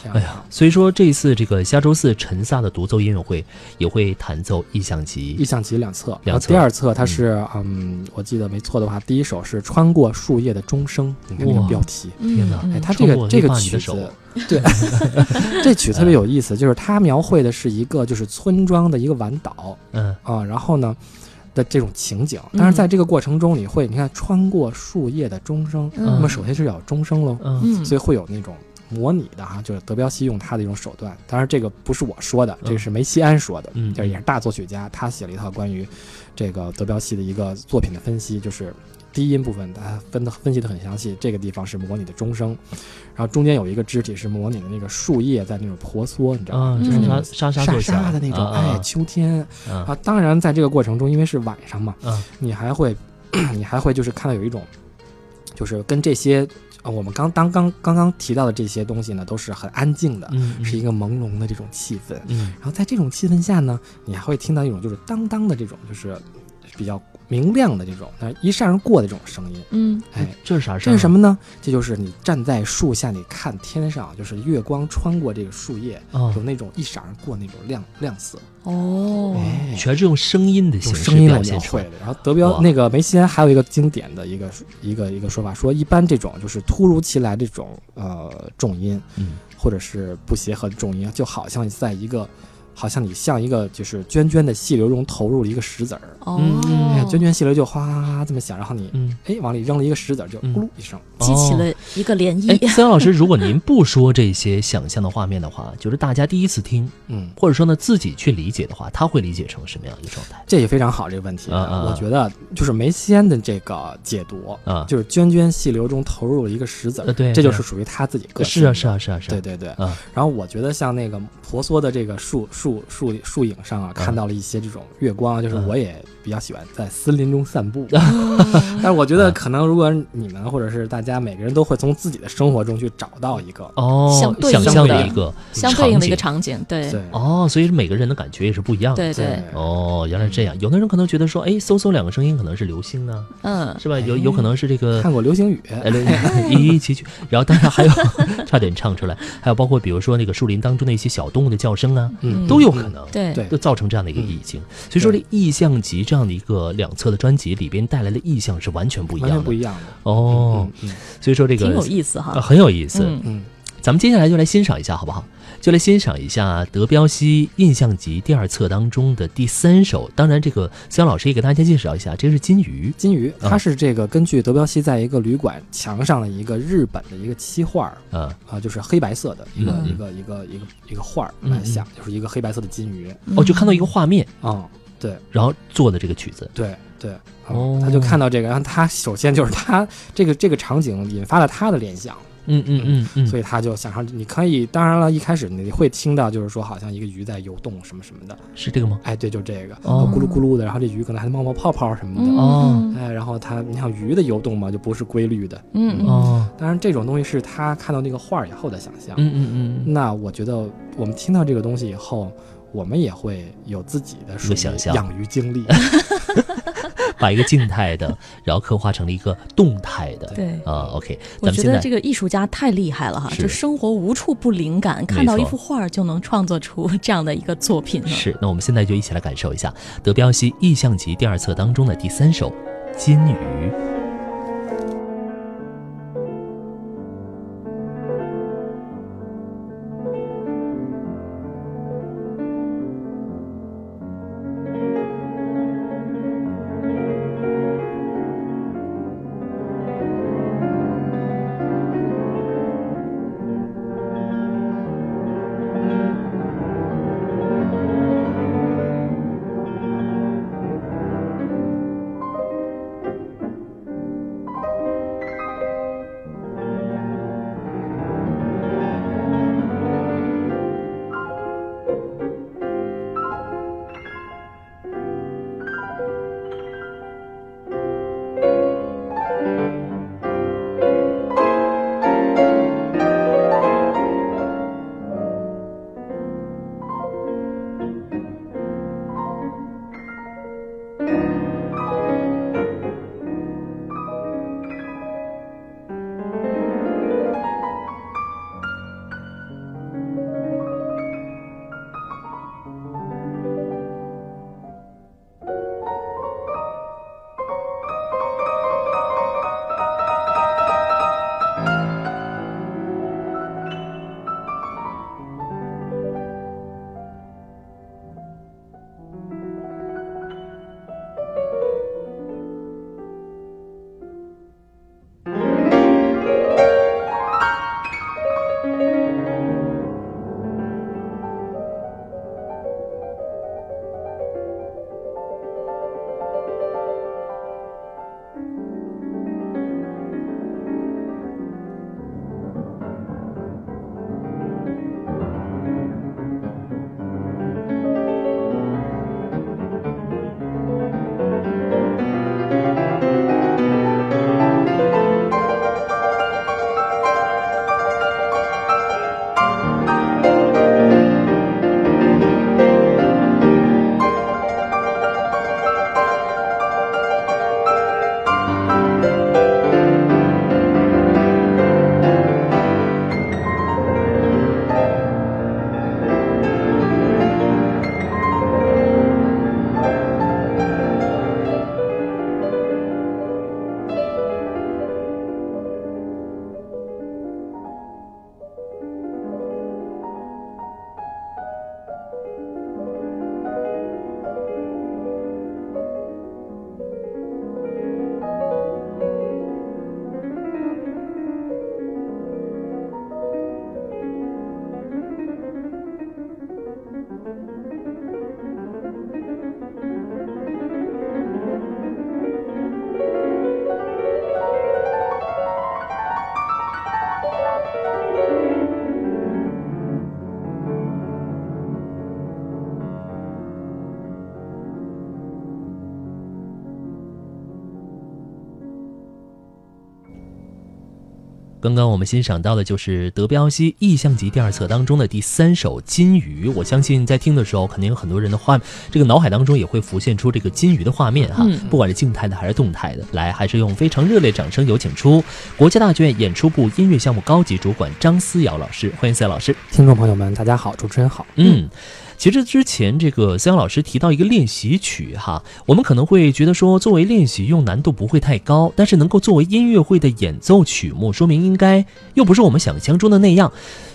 这样
哦哎呀，所以说这一次这个下周四陈萨的独奏音乐会也会弹奏意象
意
集，
象集两册，然
两
后
册
第二册它是，嗯，我记得没错的话，第一首是《穿过树叶的钟声》，你看这个
哇
标题，
天哪
嗯
哎，
嗯
它这
穿过
个这个
你
曲
的
子
手，
对， 这曲特别有意思，就是它描绘的是一个就是村庄的一个晚岛
嗯，
啊，然后呢的这种情景，但是在这个过程中，你会你看穿过树叶的钟声，
嗯
那么首先是要有钟声喽，
嗯
嗯，
所以会有那种。模拟的哈、就是德彪西用他的一种手段，当然这个不是我说的，这个是梅西安说的，
嗯
这也是大作曲家，他写了一套关于这个德彪西的一个作品的分析，就是低音部分他分的分析的很详细，这个地方是模拟的钟声，然后中间有一个肢体是模拟的那个树叶在那种婆娑，你知道
啊，
吗？
就
就是是那
沙沙
种
沙
沙
作响
沙的那种，哎，
啊
秋天
啊啊
啊，当然在这个过程中，因为是晚上嘛，
嗯
你还会 你还会就是看到有一种，就是跟这些呃我们刚当刚刚刚提到的这些东西呢，都是很安静的，
嗯，
是一
个
个朦胧的这种气氛。
嗯
然后在这种气氛下呢，你还会听到一种就是当当的这种就是比较明亮的这种，但是一闪而过的这种声音。
嗯
哎，
这是啥事
这
儿啊？
是什么呢？这就是你站在树下，你看天上，就是月光穿过这个树叶，
啊
有？那种一闪而过那种亮亮色。
哦，
哎
全是用声音的形
用
式
声音来
表
描
现出
绘
来
的。然后德彪
哇
那个梅西安还有一个经典的一个一个一个说法，说一般这种就是突如其来这种呃重音，
嗯
或者是不协和的重音，就好像在一个，好像你像一个就是涓涓的细流中投入了一个石子儿，
哦
嗯嗯
哎，涓涓细流就哗哗哗这么响，然后你
嗯，
哎往里扔了一个石子儿，就咕噜一声，
激起
哦
了一个涟
哎，
漪，
思阳老师，如果您不说这些想象的画面的话，就是大家第一次听，
嗯。
或者说呢自己去理解的话，他会理解成什么样一个状态？
这也非常好，这个问题，
啊啊啊
我觉得就是梅西安的这个解读，
啊
就是涓涓细流中投入了一个石子儿，
呃对
这就
对
是属于他自己个性
是啊，
的
是啊，是啊，是
对
啊，
对对，
啊
然后我觉得像那个婆娑的这个树树树树影上啊，看到了一些这种月光啊，就是
嗯
我也比较喜欢在森林中 散步。但是我觉
嗯
得可能如果你们或者是大家每个人都会从自己的生活中去找到一个，
哦
相，对
想
应
象
的
一个
相对应的一个
场
场景，对
对，
哦，所以每个人的感觉也是不一样的。
对对，
哦，原来是这样。有的人可能觉得说，哎，嗖嗖两个声音可能是流星啊，
嗯
是吧？有有可能是这个
看过流星雨，
哎，对一一起去。然后当然还有，差点唱出来，还有包括比如说那个树林当中的一些小动物的叫声啊，
嗯，
都有可能。
对
对
都造成这样的一个意境，所以说这意象集这样的一个两册的专辑里边带来的意象是完全不一
完全
样
不
的
一样的。
哦。
嗯，嗯
所以说这个
挺有意思
啊
哈，
很有意思。
嗯
嗯，
咱们接下来就来欣赏一下，好不好？就来欣赏一下德彪西《印象集》第二册当中的第三首。当然，这个思阳老师也给大家介绍一下，这是金鱼。
金鱼，
啊
它是这个根据德彪西在一个旅馆墙上的一个日本的一个漆画儿
啊，
啊，就是黑白色的一个
嗯
一个一个一个一个画儿
嗯
来
嗯
想，就是一个黑白色的金鱼
嗯
哦，就看到一个画面，
啊，对。
然后做的这个曲子。
对对，啊
哦
他就看到这个，然后他首先就是他这个这个场景引发了他的联想，
嗯嗯嗯嗯，
所以他就想上，你可以，当然了，一开始你会听到就是说好像一个鱼在游动什么什么的，
是这个吗？
哎，对，就这个
哦
咕噜咕噜的，然后这鱼可能还冒冒泡泡什么的，
哦
嗯
哎，然后它你想鱼的游动嘛，就不是规律的，
嗯嗯
哦，
当然这种东西是他看到那个画儿以后的想象。
嗯嗯嗯，
那我觉得我们听到这个东西以后。我们也会有自己的属
有
于
想象
养鱼经历，
嗯
把一个静态的，然后刻画成了一个动态的。
对。
啊，OK，
我
咱们
觉
现
得
在
这个艺术家太厉害了哈，
是
就生活无处不灵感，看到一幅画儿就能创作出这样的一个作品呢。
是，那我们现在就一起来感受一下德彪西《意象集》第二册当中的第三首《金鱼》。刚刚我们欣赏到的就是德彪西《意象集》第二册当中的第三首《金鱼》。我相信在听的时候，肯定有很多人的画，这个脑海当中也会浮现出这个金鱼的画面哈，
嗯
不管是静态的还是动态的。来，还是用非常热烈掌声有请出国家大剧院演出部音乐项目高级主管张思瑶老师，欢迎思瑶老师。
听众朋友们，大家好，主持人好。
嗯，其实之前这个思阳老师提到一个练习曲哈，我们可能会觉得说作为练习用难度不会太高，但是能够作为音乐会的演奏曲目，说明应该又不是我们想象中的那样。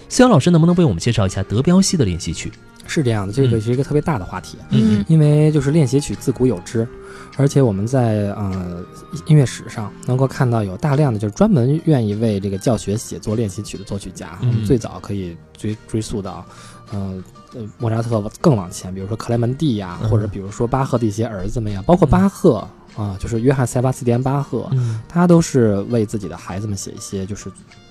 思阳老师能不能为我们介绍一下德彪西的练习曲？
是这样的，这个
嗯
是一个特别大的话题，
嗯
因为就是练习曲自古有之，而且我们在呃音乐史上能够看到有大量的就是专门愿意为这个教学写作练习曲的作曲家，
嗯
我们最早可以追追溯到，呃。呃莫扎特更往前，比如说克莱门蒂呀、
嗯
或者比如说巴赫的一些儿子们呀，包括巴赫啊、就是约翰·塞巴斯蒂安·巴赫，
嗯
他都是为自己的孩子们写一些就是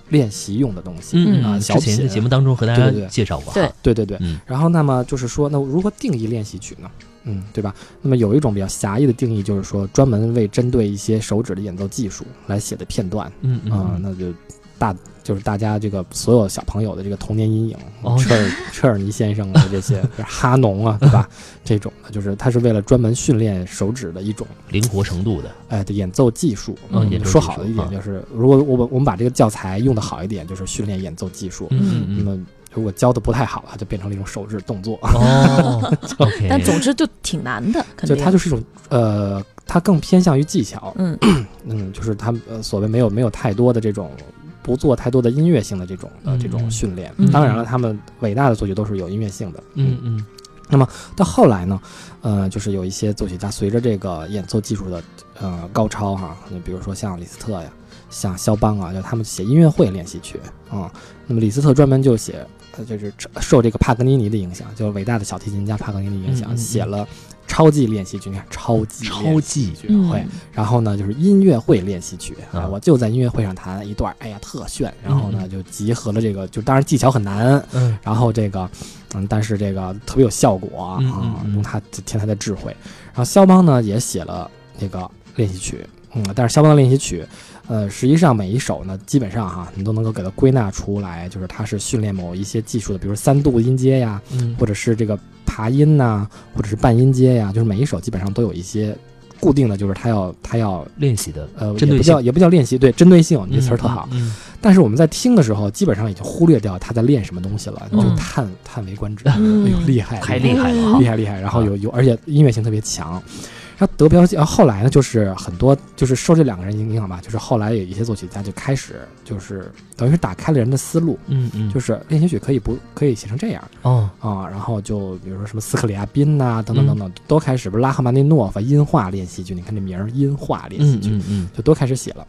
练习用的东西。
嗯
啊
之
小
前
品
的节目当中和大家
对对对
介绍过哈，
对
对对对，
嗯
然后那么就是说，那如何定义练习曲呢？嗯，对吧？那么有一种比较狭义的定义，就是说专门为针对一些手指的演奏技术来写的片段
嗯
啊、
嗯
那就大就是大家这个所有小朋友的这个童年阴影，
哦
车尔 车尔尼先生的啊这些就是哈农啊，对吧？ 这种的，就是它是为了专门训练手指的一种
灵活程度的，
哎的演奏技术。
嗯
嗯
演奏
说
技
好
术
了一点
啊
就是，如果我们我们把这个教材用的好一点，就是训练演奏技术。
嗯
那
嗯嗯
么如果教的不太好，啊它就变成了一种手指动作，
哦，OK，
但总之就挺难的，肯
就
定。
它就是一种呃，它更偏向于技巧，
嗯
嗯，就是它呃所谓没有没有太多的这种。不做太多的音乐性的这种呃这种
嗯
训练，
嗯
当然了，他们伟大的作曲都是有音乐性的。
嗯，嗯
到后来呢，呃，就是有一些作曲家随着这个演奏技术的呃高超哈，你比如说像李斯特呀，像肖邦啊，就他们写音乐会练习曲啊、那么李斯特专门就写，呃，就是受这个帕格尼尼的影响，就是伟大的小提琴家帕格尼尼影响，
嗯嗯嗯
写了超级练习曲。你看，超级
超
练习
级
曲
嗯
会，然后呢就是音乐会练习曲
啊
啊，我就在音乐会上弹一段，哎呀特炫，然后
嗯
呢就集合了这个，就当然技巧很难，
嗯
然后这个，嗯，但是这个特别有效果啊，
嗯嗯嗯
用他天才的智慧。然后肖邦呢也写了那个练习曲，嗯，但是肖邦的练习曲，呃，实际上每一首呢，基本上哈、你都能够给它归纳出来，就是它是训练某一些技术的，比如三度音阶呀，
嗯
或者是这个爬音呐、或者是半音阶呀，就是每一首基本上都有一些固定的，就是它要它要。
练习的
呃，
针
也
对
不
性
叫也不叫练习，对，针对性，你这词儿特好。，
嗯嗯
但是我们在听的时候，基本上已经忽略掉他在练什么东西了，
嗯
就叹叹为观止，
嗯
哎呦，厉害，
太
厉
厉
害，
害了
嗯
哈
厉，害，厉害。然后
啊
有有，而且音乐性特别强。然后德彪西，然呃后后来呢，就是很多就是受这两个人影响吧，就是后来有一些作曲家就开始就是等于是打开了人的思路，
嗯嗯，
就是练习曲可以不可以写成这样
哦，
啊、然后就比如说什么斯克里亚宾呐、等等等
嗯
等，都开始不是拉赫曼尼诺夫音画练习曲，你看这名儿音画练习
嗯
曲，
嗯嗯，
就都开始写了。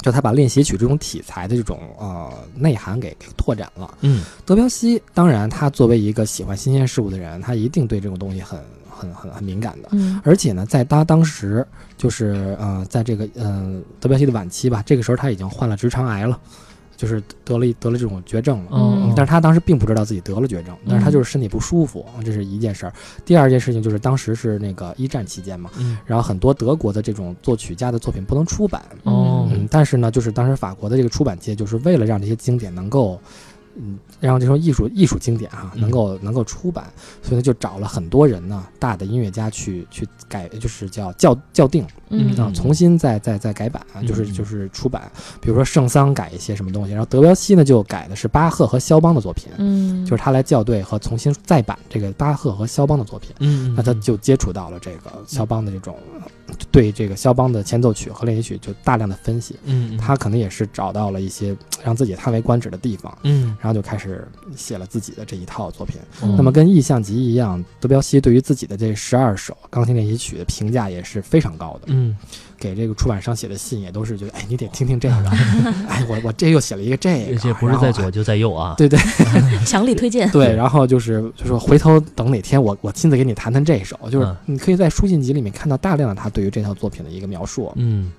就他把练习曲这种体裁的这种呃内涵给给拓展了。
嗯，
德彪西当然，他作为一个喜欢新鲜事物的人，他一定对这种东西很很很很敏感的。
嗯
而且呢，在他当时就是呃，在这个呃德彪西的晚期吧，这个时候他已经患了直肠癌了，就是得了一得了这种绝症了。
哦
嗯，
但是他当时并不知道自己得了绝症，
嗯
但是他就是身体不舒服，这是一件事儿。第二件事情就是当时是那个一战期间嘛，
嗯
然后很多德国的这种作曲家的作品不能出版，
哦
嗯，但是呢，就是当时法国的这个出版界，就是为了让这些经典能够，嗯，让这种艺术艺术经典啊
嗯
能够能够出版，所以呢，就找了很多人呢，大的音乐家去去改，就是叫校校订
嗯
啊，重新再再再改版，就是
嗯嗯
就是出版，比如说圣桑改一些什么东西，然后德彪西呢就改的是巴赫和肖邦的作品，
嗯，
就是他来校对和重新再版这个巴赫和肖邦的作品。
嗯，
那他就接触到了这个肖邦的这种，对这个肖邦的前奏曲和练习曲就大量的分析，
嗯，
他可能也是找到了一些让自己叹为观止的地方，
嗯，
然后就开始写了自己的这一套作品。
嗯
那么跟意象集一样，德彪西对于自己的这十二首钢琴练习曲的评价也是非常高的，
嗯
给这个出版商写的信也都是觉得，哎，你得听听这个，哎，我我这又写了一个这个，
这不是
然后
在左就在右啊，
对对
强力推荐。
对，然后就是就说回头等哪天我我亲自给你谈谈这首，就是
嗯
你可以在书信集里面看到大量的他对于这套作品的一个描述，
嗯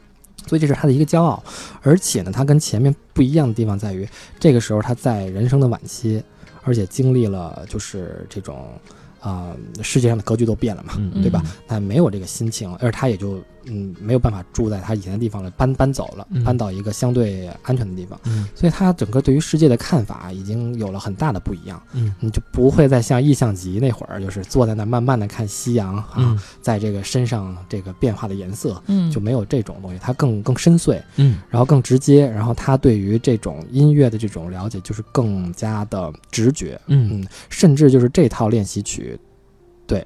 所以这是他的一个骄傲。而且呢，他跟前面不一样的地方在于，这个时候他在人生的晚期，而且经历了就是这种啊、世界上的格局都变了嘛，
嗯，
对吧？他没有这个心情，而他也就嗯没有办法住在他以前的地方了，搬搬走了
嗯，
搬到一个相对安全的地方，
嗯
所以他整个对于世界的看法已经有了很大的不一样，
嗯
你就不会再像意象集那会儿，就是坐在那慢慢的看夕阳啊，
嗯
在这个身上这个变化的颜色。
嗯，
就没有这种东西，他更更深邃，
嗯
然后更直接，然后他对于这种音乐的这种了解就是更加的直觉，
嗯
甚至就是这套练习曲，对，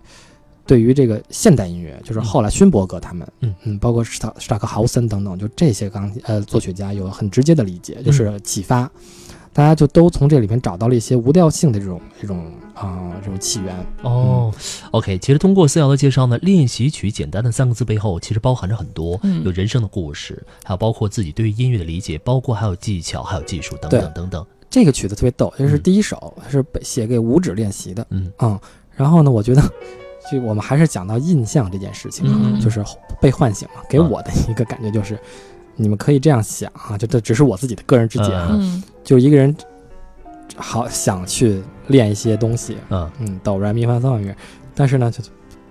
对于这个现代音乐，就是后来勋伯格他们，
嗯
嗯，包括史塔史塔克豪森等等，就这些钢琴呃作曲家有很直接的理解，就是启发，大家就都从这里面找到了一些无调性的这种这种啊、这种起源，
哦，OK，其实通过思瑶的介绍呢，练习曲简单的三个字背后其实包含着很多，
嗯
有人生的故事，还有包括自己对于音乐的理解，包括还有技巧，还有技术等等
对
等等。
这个曲子特别逗，这是
嗯
第一首，是被写给五指练习的。啊
嗯
然后呢，我觉得就我们还是讲到印象这件事情，啊
嗯
就是被唤醒嘛。给
啊
我的一个感觉就是，你们可以这样想啊，就这只是我自己的个人之见啊，
嗯
嗯
就一个人好想去练一些东西，
嗯
嗯，哆来咪发嗦音乐，但是呢，就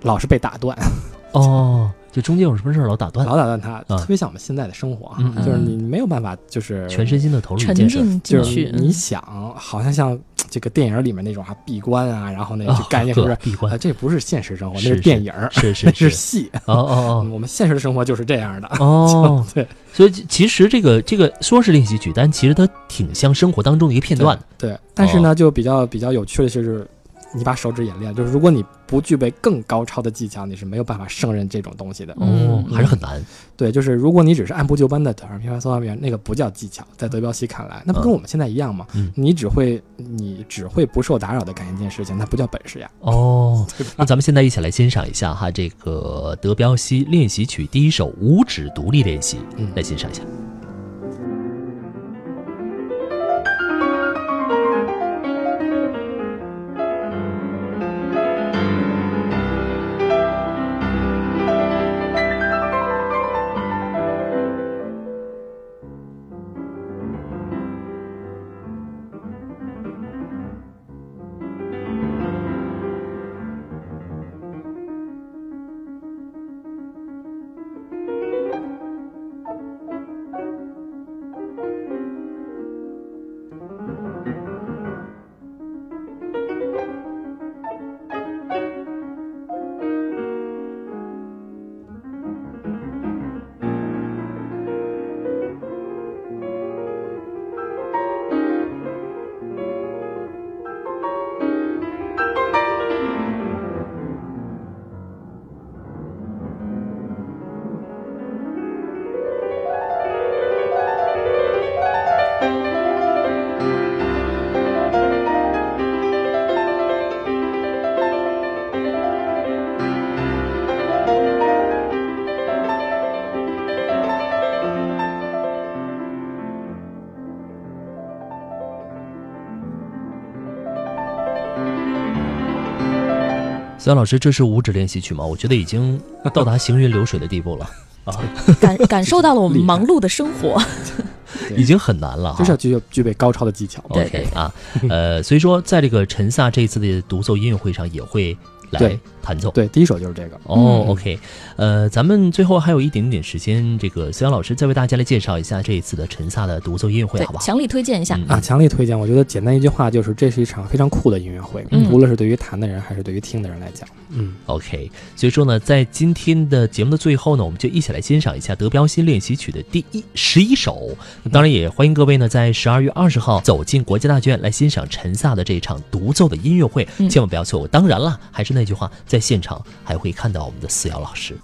老是被打断，
啊哦，就中间有什么事儿老打断，
老打断它，
啊
特别像我们现在的生活啊，
嗯嗯
就是你没有办法，就是
全身心的投入一
沉
件事儿。
浸进
就是
去，嗯
你想，好像像这个电影里面那种啊，闭关啊，然后那去干一些什么事
哦呵
儿，
闭
啊，
关？
这不是现实生活，那
是
是
是
电影儿，
是是
那
是，
是戏。
哦哦
我们现实的生活 就是这样的。
哦哦，
对
所以其其实这个这个说是练习曲，但其实它挺像生活当中的一个片段哦的。
对，但是呢，就比较比较有趣的就是，你把手指演练，就是如果你不具备更高超的技巧，你是没有办法胜任这种东西的。
哦
嗯，
还是很难。
对，就是如果你只是按部就班的短平方缩短圆，那个不叫技巧，在德彪西看来，那不跟
嗯
我们现在一样吗？
嗯
你只会你只会不受打扰的干一件事情，那不叫本事呀。
哦，那咱们现在一起来欣赏一下哈，这个德彪西练习曲第一首五指独立练习，
嗯
来欣赏一下。肖老师，这是五指练习曲吗？我觉得已经到达行云流水的地步了，
嗯感感受到了我们
厉害
忙碌的生活。
对
已经很难了哈
就是。要具有具备高超的技巧。
对
OK 啊，呃，所以说在这个陈萨这次的独奏音乐会上也会来
对
弹奏。
对，第一首就是这个。
哦、
嗯
o k 呃，咱们最后还有一点点时间，这个思阳老师再为大家来介绍一下这一次的陈萨的独奏音乐会，
对
好不，好？
强力推荐一下。
嗯
啊，强力推荐！我觉得简单一句话就是，这是一场非常酷的音乐会，
嗯
无论是对于弹的人还是对于听的人来讲，嗯，
OK，所以说呢，在今天的节目的最后呢，我们就一起来欣赏一下德彪西练习曲的第一十一首。那当然也欢迎各位呢，在十二月二十号走进国家大剧院来欣赏陈萨的这场独奏的音乐会，
嗯
千万不要错过。当然了，还是那句话，在现场还会看到我们的思瑶老师。